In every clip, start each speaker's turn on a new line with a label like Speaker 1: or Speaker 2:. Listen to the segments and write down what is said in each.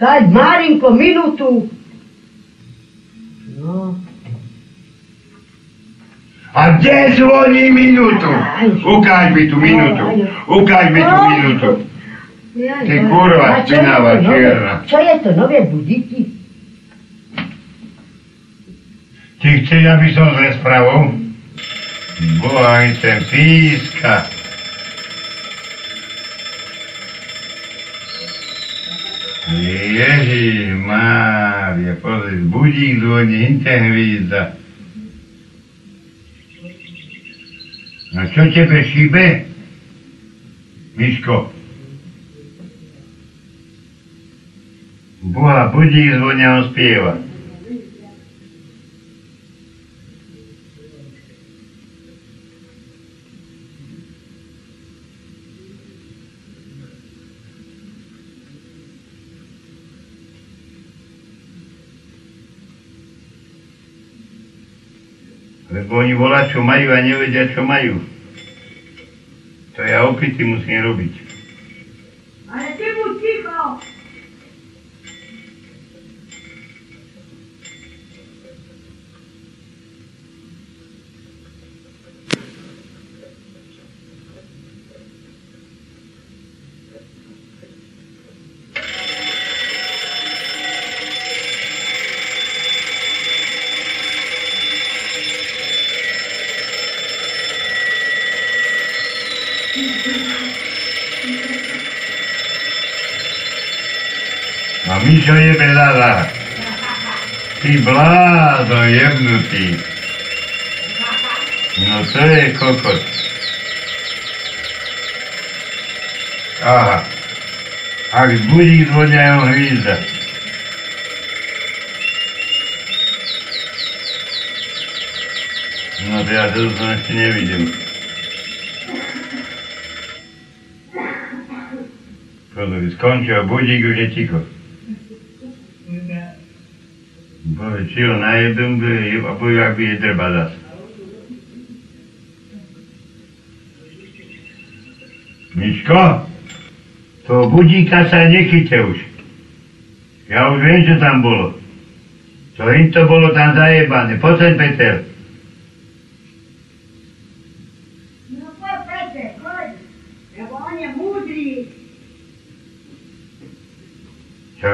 Speaker 1: Daj Marinko minutu. No,
Speaker 2: A gdzie dzwoni minutu? Ukaż mi tu minutu. Ukaż mi tu minutu.
Speaker 1: ja,
Speaker 2: Ty kurwa,
Speaker 1: No. A co
Speaker 2: spinała
Speaker 1: je to nowe?
Speaker 2: sierra.
Speaker 1: Co je to nové budíky?
Speaker 2: Ty chcesz, aby som zle spravou? Bohaj ten píska. Ježiš Mária, pozri, budík zvoní, inte hvízda. A čo tebe šíbe? Miško. Boha, budík zvonia, on spieva. Lebo oni volá, čo majú a nevedia, čo majú. To ja opity musím robiť.
Speaker 3: Ale ty mu ticho!
Speaker 2: A Mišo je bedada. Ty bládo jebnutý. No to je kokot. Aha. Ak budí zvonia jeho hvízda. No to ja to som ešte nevidel. Kodovi skončil budík už je ticho. Bože, či ho najedem, by je, a bude, ak by je drba zas. Mičko, to budíka sa nechyte už. Ja už viem, čo tam bolo. To im to bolo tam zajebané. Poď sem, Peter.
Speaker 3: No popatrzcie, chodź! Bo on je mudri!
Speaker 2: Čo,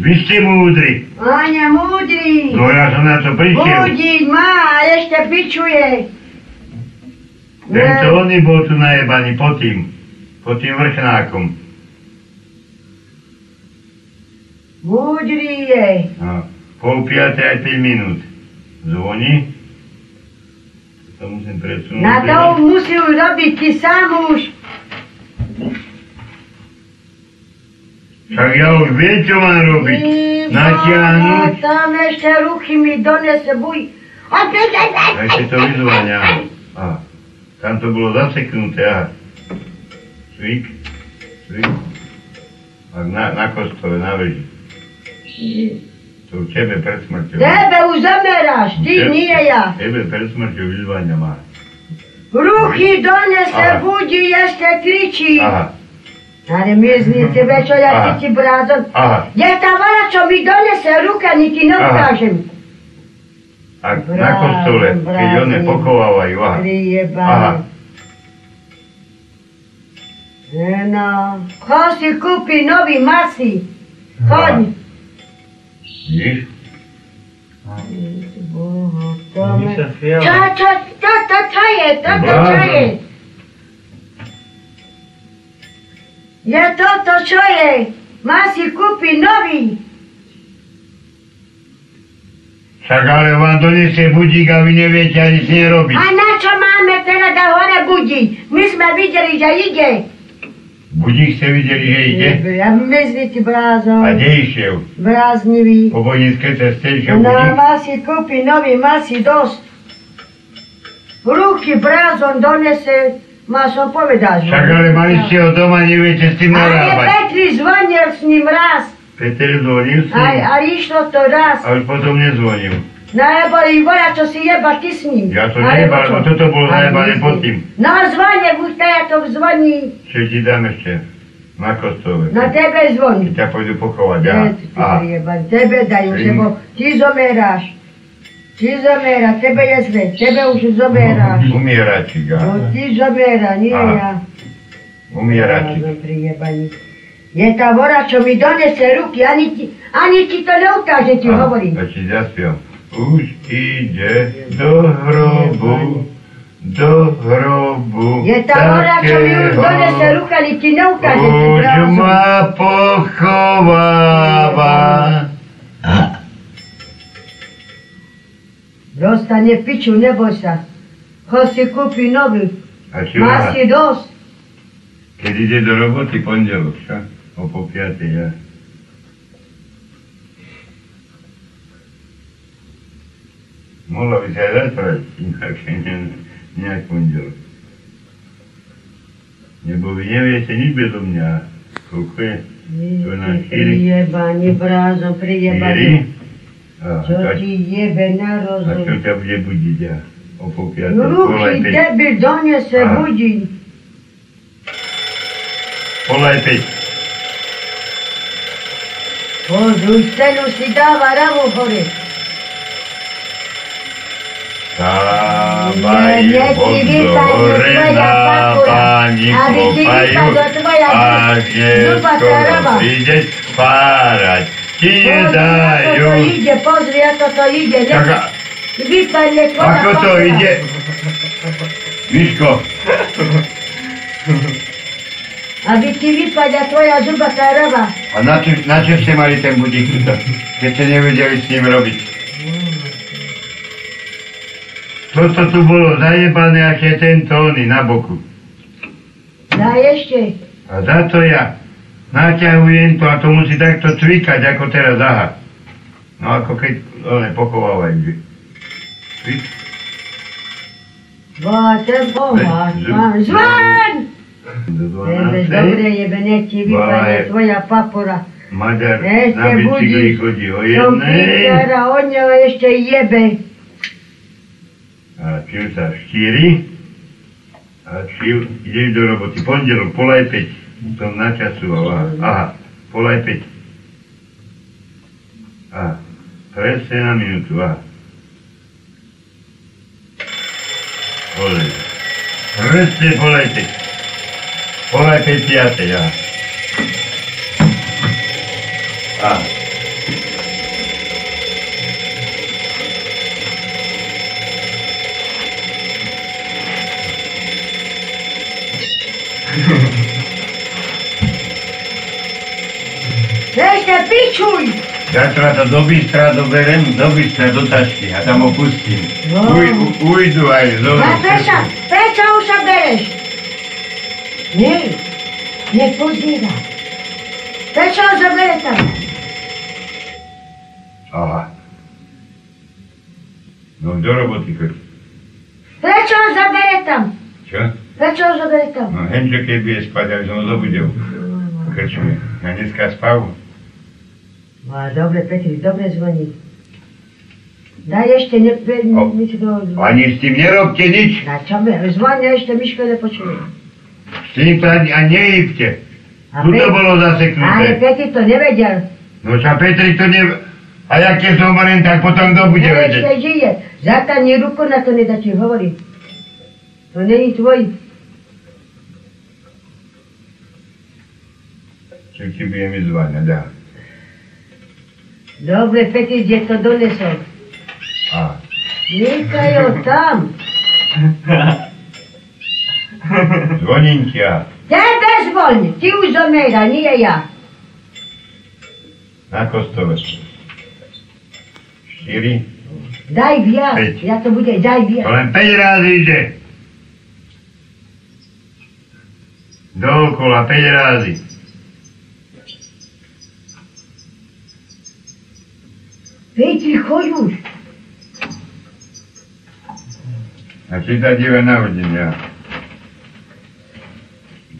Speaker 2: vy ste múdri.
Speaker 1: On je múdry.
Speaker 2: No ja som na to prišiel.
Speaker 1: Budík má a ešte pičuje.
Speaker 2: Tento oný bol tu najebaný po tým. Po tým vrchnákom.
Speaker 1: Múdry je.
Speaker 2: A pol piaté aj 5 minút. Zvoní. To musím presunúť.
Speaker 1: Na to musí urobiť ty sám už.
Speaker 2: Však ja už viem, čo mám robiť. Natiahnuť.
Speaker 1: No, tam ešte ruchy mi donese buj. Opäť, aj, aj,
Speaker 2: A ešte to vyzvania. A tam to bolo zaseknuté. A cvik, cvik. A na, na kostole, na veži. To u tebe pred smrťou.
Speaker 1: Tebe už zameráš, ty
Speaker 2: Tebe-
Speaker 1: nie ja.
Speaker 2: Tebe pred smrťou vyzvania má.
Speaker 1: Ruchy donese
Speaker 2: Aha.
Speaker 1: budí, ešte kričí.
Speaker 2: Aha,
Speaker 1: Ale mizni tebe, čo ja
Speaker 2: Aha.
Speaker 1: ti ti brázon.
Speaker 2: aha.
Speaker 1: Je ta vara, čo mi donese ruka, niti ne
Speaker 2: Aha.
Speaker 1: ukážem.
Speaker 2: A na
Speaker 1: Bravo,
Speaker 2: kostole, keď
Speaker 1: bravo.
Speaker 2: one pochovávajú. Aha. Aha.
Speaker 1: Prijebala. No, ko si kupi novi masi? Chodni.
Speaker 2: Vidíš?
Speaker 1: Bohu, to
Speaker 4: Oni
Speaker 1: me...
Speaker 4: sa fiala.
Speaker 1: Čo, čo, to, to, čo je, to, to, čo
Speaker 2: Blázon.
Speaker 1: je? Je to, to, čo je? Má si kúpi nový.
Speaker 2: Však ale vám donesie budík a vy neviete ani s nej robiť.
Speaker 1: A na čo máme teraz da hore budí? My sme videli, že ide.
Speaker 2: Budík ste videli, že ide?
Speaker 1: Ja myslím ti
Speaker 2: A
Speaker 1: brázon,
Speaker 2: kde išiel?
Speaker 1: bráznivý.
Speaker 2: Po vojenské ceste išiel
Speaker 1: Na
Speaker 2: budík?
Speaker 1: masi kúpi nový, má si dosť. Ruky brázon donese, ma som povedal. že-
Speaker 2: Však ale mali ste ho doma, neviete s tým
Speaker 1: Ale
Speaker 2: narábať.
Speaker 1: Petri zvonil s ním raz.
Speaker 2: Peter zvonil s
Speaker 1: Aj,
Speaker 2: ním
Speaker 1: a išlo to raz. No
Speaker 2: a už potom nezvonil.
Speaker 1: Najebali Ivora, čo si jeba ty s ním.
Speaker 2: Ja to
Speaker 1: Alebo
Speaker 2: nejebal,
Speaker 1: čo?
Speaker 2: no toto bolo
Speaker 1: Ale
Speaker 2: najebané
Speaker 1: myslí.
Speaker 2: pod tým.
Speaker 1: No zvonie, buď to ja to zvoní.
Speaker 2: Čo ti dám ešte? na kostole.
Speaker 1: Na tebe
Speaker 2: I
Speaker 1: dzwoni.
Speaker 2: ja pójdę po
Speaker 1: Nie,
Speaker 2: koładia.
Speaker 1: ty
Speaker 2: A,
Speaker 1: jeba, tebe dają się, bo ty zomierasz. Ty zomierasz, tebe jest wy, tebe już zomierasz.
Speaker 2: umiera ci
Speaker 1: Bo
Speaker 2: gada.
Speaker 1: ty zomiera, nie ja.
Speaker 2: Umiera ci.
Speaker 1: Prijebani. Je ta vora čo mi donese ruky, ani ti, ani ti to ne ukáže, ti
Speaker 2: A,
Speaker 1: hovorím.
Speaker 2: To ci zaspią. Uś idzie do grobu, do grobu.
Speaker 1: Je ta vora čo mi už
Speaker 2: takiego.
Speaker 1: donese ruka, ani ti ne ukáže, ti
Speaker 2: Už
Speaker 1: pravdu.
Speaker 2: ma pochowawa.
Speaker 1: Dostane piču, neboj sa. Ho si kúpi nový,
Speaker 2: A ci
Speaker 1: má si dosť.
Speaker 2: Kiedy idzie do roboty poniedziałek, tak? O po piątej, ja. Mola by się zatrać, inaczej nie, nie jak poniedziałek. Nie, bo wy nie wiecie niby do mnie, a kukuje. To na chwili.
Speaker 1: Prijebani, brazo,
Speaker 2: Miri.
Speaker 1: prijebani.
Speaker 2: A,
Speaker 1: Čo
Speaker 2: tak,
Speaker 1: ti jebe na
Speaker 2: a
Speaker 1: rozum.
Speaker 2: ciocia będzie budzić, ja. O po piątej,
Speaker 1: No,
Speaker 2: polaj
Speaker 1: Ruky
Speaker 2: pić,
Speaker 1: tebe donese
Speaker 2: A.
Speaker 1: budí.
Speaker 2: polaj pić.
Speaker 1: Božu cenu si dáva ravo hore.
Speaker 2: Dawaj wodzo, ryna pani kopaju, a dziecko idzie parać, ci
Speaker 1: Pozri,
Speaker 2: nie
Speaker 1: ako
Speaker 2: dają.
Speaker 1: to ide, pozri, ako to ide. Ne?
Speaker 2: Kaka,
Speaker 1: Vypadne tvoja
Speaker 2: ako to
Speaker 1: kosa.
Speaker 2: ide? Miško,
Speaker 1: Aby ti vypadla tvoja zubata rava.
Speaker 2: a na czym, na czym się mali ten budzik? Jeszcze nie wiedzieli z nim robić. To co tu było zajebane jakie ten tony na boku.
Speaker 1: Da ešte.
Speaker 2: A za to ja naťahujem to a to musí takto cvikať, ako teraz aha. No ako keď one pochovávajú. že Cvik.
Speaker 1: Bo ten boha.
Speaker 2: Ej,
Speaker 1: Mám
Speaker 2: zub-
Speaker 1: zvan!
Speaker 2: Do
Speaker 1: Jebe, No, dobre
Speaker 2: 12.
Speaker 1: jebe, ne ti vypadne
Speaker 2: Baj.
Speaker 1: tvoja papora.
Speaker 2: Maďar
Speaker 1: Ešte
Speaker 2: na bicykli
Speaker 1: budíš.
Speaker 2: chodí o
Speaker 1: Som
Speaker 2: jednej.
Speaker 1: píkara, on ňa ešte jebe.
Speaker 2: A čil sa 4. A čil, ideš do roboty. Pondelok, polaj 5. Som načasoval, aha. Aha, polaj 5. A, presne na minútu, aha. Olej. Presne polaj 5. Polaj 5 piatej, aha. A.
Speaker 1: Ešte pičuj!
Speaker 2: Ja trzeba do bystra doberem, do bystra do tašky a tam opustím.
Speaker 1: No.
Speaker 2: Uj, u, ujdu aj z
Speaker 1: A prečo, prečo už sa bereš? Nie, nepozýva. Prečo ho zabere tam?
Speaker 2: Aha. No do roboty chodí.
Speaker 1: Prečo ho zabere tam?
Speaker 2: Čo?
Speaker 1: Prečo ho zabere tam?
Speaker 2: No henže keby je spať, aby som ho zobudil. Krčme. Ja dneska spal.
Speaker 1: No a dobre, Petri, dobre zvoní. Daj ešte, ne, ne,
Speaker 2: O.
Speaker 1: Miško zvoní.
Speaker 2: Ani s tým nerobte nič.
Speaker 1: Na čo mi? Zvoní ešte, Miško nepočuje.
Speaker 2: S tým sa ani, a nejíbte.
Speaker 1: A
Speaker 2: Tu to
Speaker 1: Pe-
Speaker 2: bolo
Speaker 1: Ale
Speaker 2: zaseknuté.
Speaker 1: Petri to nevedel.
Speaker 2: No sa Petri to ne... A ja keď som umrem, tak potom kto bude
Speaker 1: Ne,
Speaker 2: vedieť?
Speaker 1: ešte žije. Zatani ruku na to ne da ti govori. To není tvoj.
Speaker 2: Čo ti budem izvania, dá.
Speaker 1: Dobre, Petri, gdje to donesol?
Speaker 2: A.
Speaker 1: Nika je tam.
Speaker 2: Zvoním ti ja.
Speaker 1: Tebe zvoni, ti uzomera, nije ja.
Speaker 2: Na kostole. 4.
Speaker 1: Daj bija,
Speaker 2: Peć.
Speaker 1: ja to bude, daj bija.
Speaker 2: To len 5 razy ide. Dookola 5 razy.
Speaker 1: Petri, hojuš.
Speaker 2: A si sa díva na hodiny. Ja.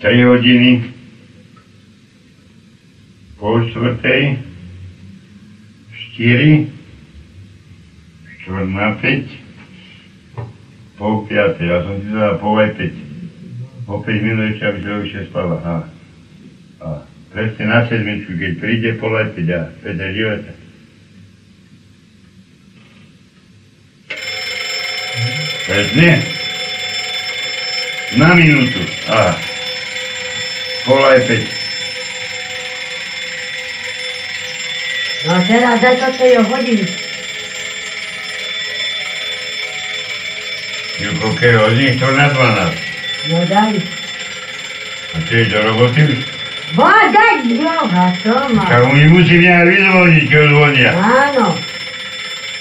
Speaker 2: 3 hodiny. Pol štvrtej. 4. Štvrt na 5. Pol piatej. Ja som ti dala pol aj 5. O 5 minút ešte, aby sa už spala. A. A, preste na sedmičku, keď príde polepiť a vede živete. Presne. Na minútu. A, polepiť.
Speaker 1: No a teraz za to, čo ju hodíš.
Speaker 2: Ju koľkej hodín, to na 12.
Speaker 1: No daj.
Speaker 2: A ty je do roboty už?
Speaker 1: Bo daj Boha, to má.
Speaker 2: Tak oni musí mňa aj vyzvoniť, keď zvonia.
Speaker 1: Áno.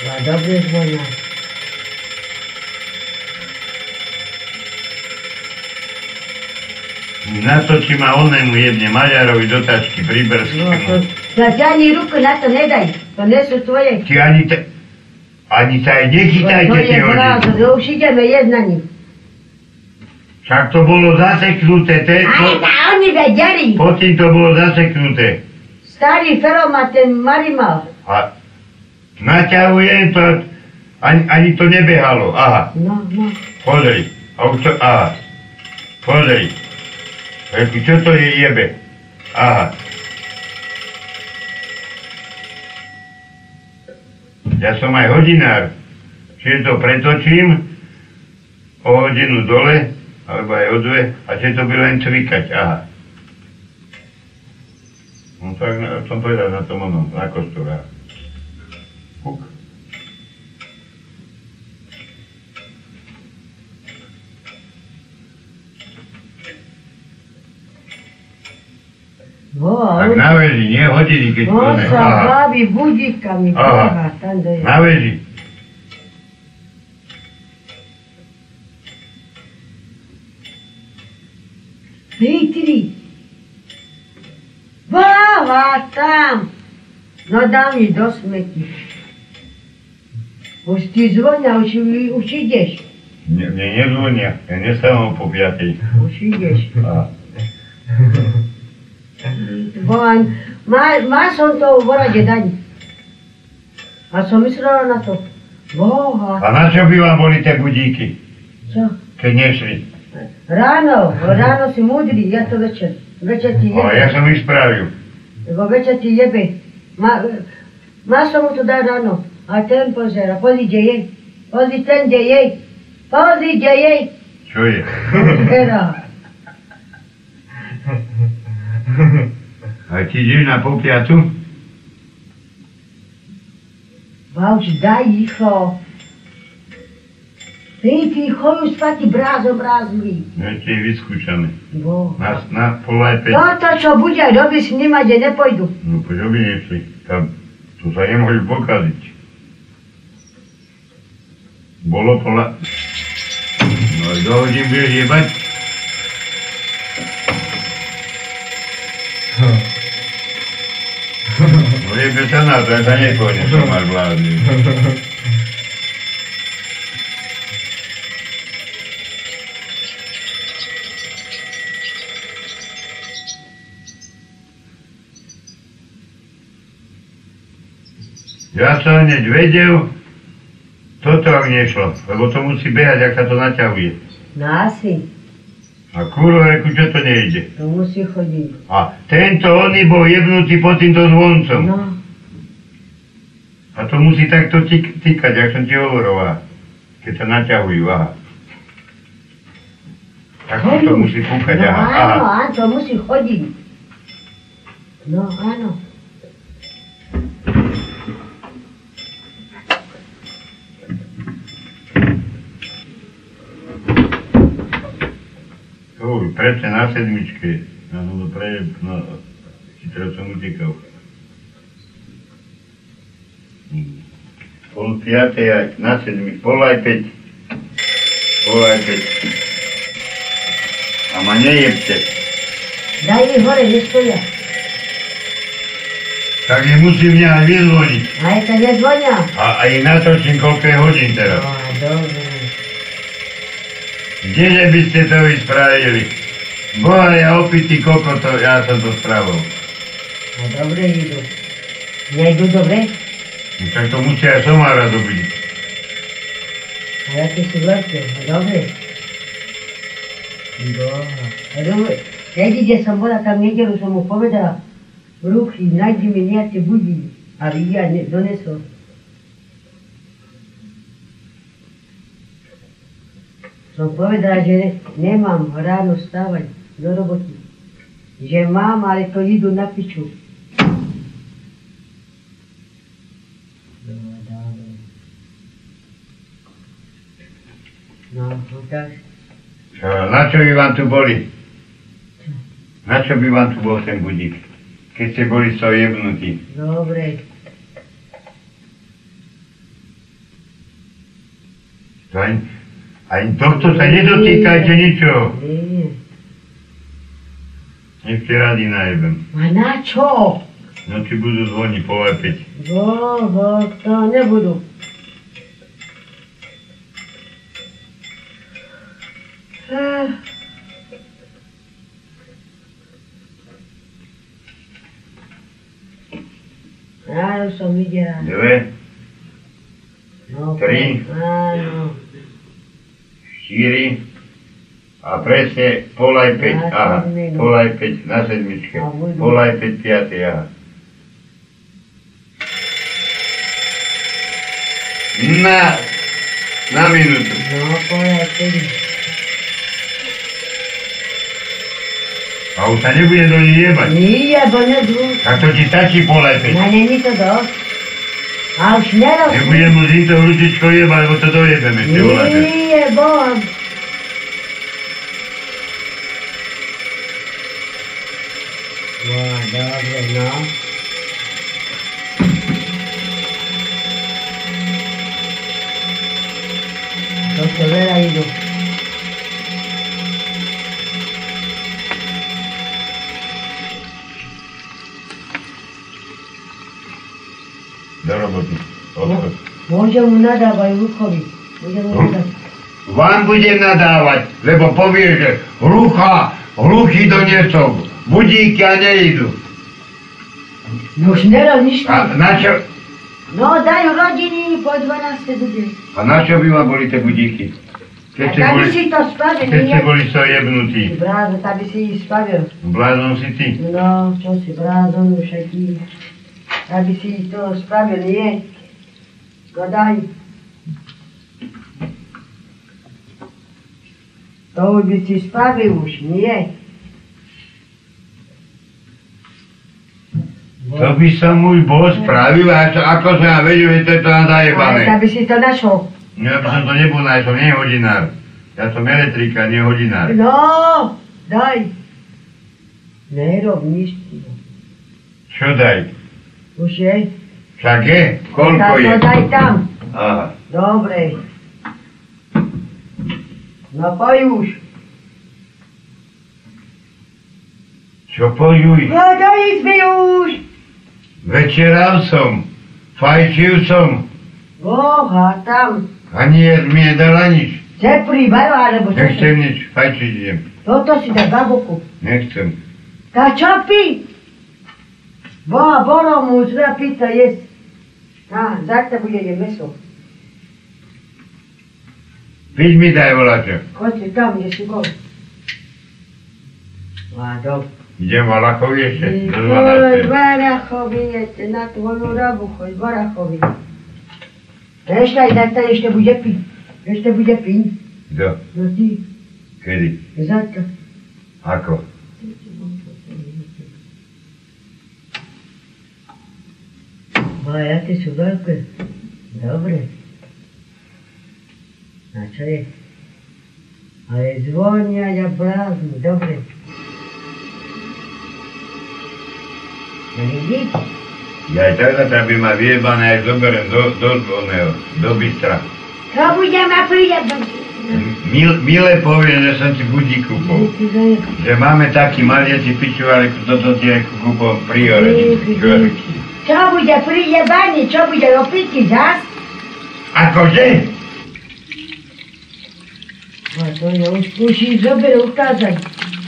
Speaker 1: No dobrý zvonia.
Speaker 2: Natočí ma onému jedne Maďarovi do tačky pri Brsku.
Speaker 1: No to, ja ti ani ruku na to ne daj. To nie sú tvoje.
Speaker 2: Ty ani te... Ani sa aj
Speaker 1: to
Speaker 2: nechytajte
Speaker 1: je
Speaker 2: tie
Speaker 1: prázdno,
Speaker 2: hodiny.
Speaker 1: no už ideme jednaním.
Speaker 2: Však to bolo zaseknuté, te, to,
Speaker 1: Aj da oni vedeli.
Speaker 2: po tým to bolo zaseknuté.
Speaker 1: Starý Fero ma ten Marimal.
Speaker 2: A naťahujem to, ani, ani to nebehalo. Aha,
Speaker 1: No, no.
Speaker 2: pozri. A už to, aha, pozri. Reku, čo to je jebe? Aha. Ja som aj hodinár. Čiže to pretočím o hodinu dole, alebo aj o dve, a čiže to by len cvikať, aha. No tak na, som povedal na tom onom, na kostúra. Kuk.
Speaker 1: Bo,
Speaker 2: Tak na väži, nie hodiny, keď
Speaker 1: on
Speaker 2: plné.
Speaker 1: sa
Speaker 2: Aha.
Speaker 1: baví budíkami.
Speaker 2: Aha.
Speaker 1: kurva, tam do je.
Speaker 2: Na väži.
Speaker 1: Chytrý. Bláva tam. No dám mi do smeti. Už ty zvonia, už, už ideš.
Speaker 2: Mne, mne nezvonia, ja nestávam po piatej.
Speaker 1: Už ideš.
Speaker 2: Aha.
Speaker 1: Bohan, má, má som to v borade dať. A som myslela na to. Boha,
Speaker 2: A na čo by vám boli tie budíky,
Speaker 1: čo?
Speaker 2: keď nešli?
Speaker 1: Ráno, ráno si múdry, ja to večer. Večer ti
Speaker 2: O, ja
Speaker 1: jebe.
Speaker 2: som ich spravil.
Speaker 1: Lebo večer ti jebe. Má, má som mu to dať ráno. A ten pozera, pozri, kde je. Pozri, ten, kde je. Pozri, kde je.
Speaker 2: Čo je?
Speaker 1: Pozera.
Speaker 2: A ty ideš na popiatu?
Speaker 1: Bałcz, daj icho. Ty, ty, chodź spać i brazo, brazo, i-
Speaker 2: No ti ich vyskúšame.
Speaker 1: Bo.
Speaker 2: Na, na pola je 5.
Speaker 1: No to, co budzia robi, z nima, gdzie nie pójdą.
Speaker 2: No poďo by nešli. Tam, tu sa nemohli pokaziť. Bolo pola... No až do hodín budeš jebať? No jebe sa na to, ja sa nepôjde, som až vládny. Ja som hneď vedel, toto ak nešlo, lebo to musí behať, ak sa to naťahuje.
Speaker 1: Nasi,
Speaker 2: A kurva, reku, čo to nejde?
Speaker 1: to musi chodzić.
Speaker 2: A tento oný bol jebnutý pod týmto zvoncom.
Speaker 1: No,
Speaker 2: A to musí takto tik- tikať, jak som ti hovoril, a keď sa naťahujú, aha. Tak to
Speaker 1: chodzi.
Speaker 2: musí púkať,
Speaker 1: No,
Speaker 2: aha. aha.
Speaker 1: ano, a to musi chodzić. No, ano.
Speaker 2: To už presne na sedmičke, na to pre, no, chytro som utekal. Hm. Pol piatej aj na sedmi, pol aj päť, pol aj päť. A ma nejebte.
Speaker 1: Daj mi chore, nie stoję.
Speaker 2: Tak je musí mňa aj vyzvoniť.
Speaker 1: A ja to nie dzwonię.
Speaker 2: A aj natočím koľko je hodín teraz.
Speaker 1: O, dobrze.
Speaker 2: Kdeže by ste to vy spravili? Boha, ja opitý kokot, to- ja som to spravil.
Speaker 1: No, dobre idą. Nie idą dobre?
Speaker 2: No Tak to musia aj somára dobiť.
Speaker 1: A jakie są lepsze? No, dobre. Bo, a dobre. Vedi, gdje sam bila tam nedjelu sam mu povedala, Ruki, nađi mi nijete budi, ali ja ne donesu. Sam povedala, že ne, nemam rano stavanje do roboti. Že mam, ali to idu na piću. Dobar dan. No, tak.
Speaker 2: E, Na čo by vám tu boli? Na čo by vám tu bol ten budík? Keď ste boli so jebnutí.
Speaker 1: Dobre.
Speaker 2: To ani, ani tohto sa nedotýkajte ničoho.
Speaker 1: Nije.
Speaker 2: Nech ste radi najebem.
Speaker 1: Ma na čo?
Speaker 2: No ti budú zvoniť po lepeť.
Speaker 1: Bo, bo, to ne budu. Eh, Rado sam vidjela.
Speaker 2: Dve,
Speaker 1: No,
Speaker 2: Tri.
Speaker 1: Ano,
Speaker 2: štyri a presne polaj 5.
Speaker 1: Na
Speaker 2: Aha,
Speaker 1: sedminu.
Speaker 2: polaj 5 na sedmičke.
Speaker 1: A budú.
Speaker 2: Polaj 5, 5, aha. Na, na minútu.
Speaker 1: no, pola tebi.
Speaker 2: A už sa nebude do nej jebať.
Speaker 1: Nije, bo ne drugi.
Speaker 2: Tak to ti stačí polaj 5.
Speaker 1: Ma ne ni to do. A už ne
Speaker 2: Nebudem mu zíto ručičko jebať, lebo to dojebeme, ty voláte.
Speaker 1: Nije, bo,
Speaker 4: No, dobro, no.
Speaker 1: To se vera idu.
Speaker 2: Do roboty. Odchod.
Speaker 1: Može mu nadabaju rukovi. Može mu nadabaju.
Speaker 2: Vám budem nadávať, lebo povie, že hlucha, hluchy donesol, budíky a nejdu.
Speaker 1: No už ne radi ništa.
Speaker 2: A na čo,
Speaker 1: No daju rodini po 12 duge.
Speaker 2: a na čo by ma boli tie budíky? Keď
Speaker 1: A
Speaker 2: ste
Speaker 1: da
Speaker 2: boli,
Speaker 1: bi si to
Speaker 2: keď
Speaker 1: spavio,
Speaker 2: ste
Speaker 1: nije.
Speaker 2: boli so jebnutí.
Speaker 1: Brazo, da bi si i spavio.
Speaker 2: Blázon si ty.
Speaker 1: No, to si brazo, duša ti. Da bi si i to spavio, nije. No daj. To bi si spavio už, nije.
Speaker 2: To by sa môj boss spravil, a čo- ako som ja vedel, že to je
Speaker 1: Ali
Speaker 2: to
Speaker 1: da
Speaker 2: nazajebané.
Speaker 1: bi si to našao.
Speaker 2: Ja by som to nebol nájsť, som nie hodinár. Ja som elektrika, nie hodinár.
Speaker 1: No, daj. Ne rob ništa.
Speaker 2: Čo daj?
Speaker 1: Už je?
Speaker 2: Však je? Koľko
Speaker 1: Tako
Speaker 2: je?
Speaker 1: daj tam.
Speaker 2: Aha.
Speaker 1: Dobre. No pojuš.
Speaker 2: Čo pojuj?
Speaker 1: No daj izbijuš.
Speaker 2: Večeral som, fajčil som,
Speaker 1: Boha, tam.
Speaker 2: ani jed mi nedala nič.
Speaker 1: Se pribava, lebo što se...
Speaker 2: Nechcem nič, fajčiť idem.
Speaker 1: To to si da baboku.
Speaker 2: Nechcem.
Speaker 1: Ka čapi. Boha, boro mu uzra pita jest. A, zato bude je meso.
Speaker 2: Piť mi daj volačo.
Speaker 1: Ko si tam, jesi go? Ma, dobro.
Speaker 2: Idem Valachov ešte, do
Speaker 1: Oj,
Speaker 2: 12.
Speaker 1: Barahovi, na tvoju rabu, hoj, Barahovi. Preštaj, da te ešte bude pin. Ešte bude pin.
Speaker 2: Do,
Speaker 1: No ti,
Speaker 2: kedy?
Speaker 1: zato.
Speaker 2: Ako?
Speaker 1: Ma, ja ti su velike. Dobre. Znači je. Ali zvonja ja prazno, dobre. Ali vidi,
Speaker 2: Ja aj tak na tebe ma vyjebané, aj zoberiem do, do, do, oného, do Bystra.
Speaker 3: To bude ma prijebať.
Speaker 2: Mil, Mile povie, že som ti budík kúpol.
Speaker 1: ti zajebam.
Speaker 2: Že máme taký maliaci piču, ale toto ti aj kúpol priorec.
Speaker 1: Čo bude prijebanie, čo bude robiť zas?
Speaker 2: Akože?
Speaker 1: A to je už musí zober ukázať.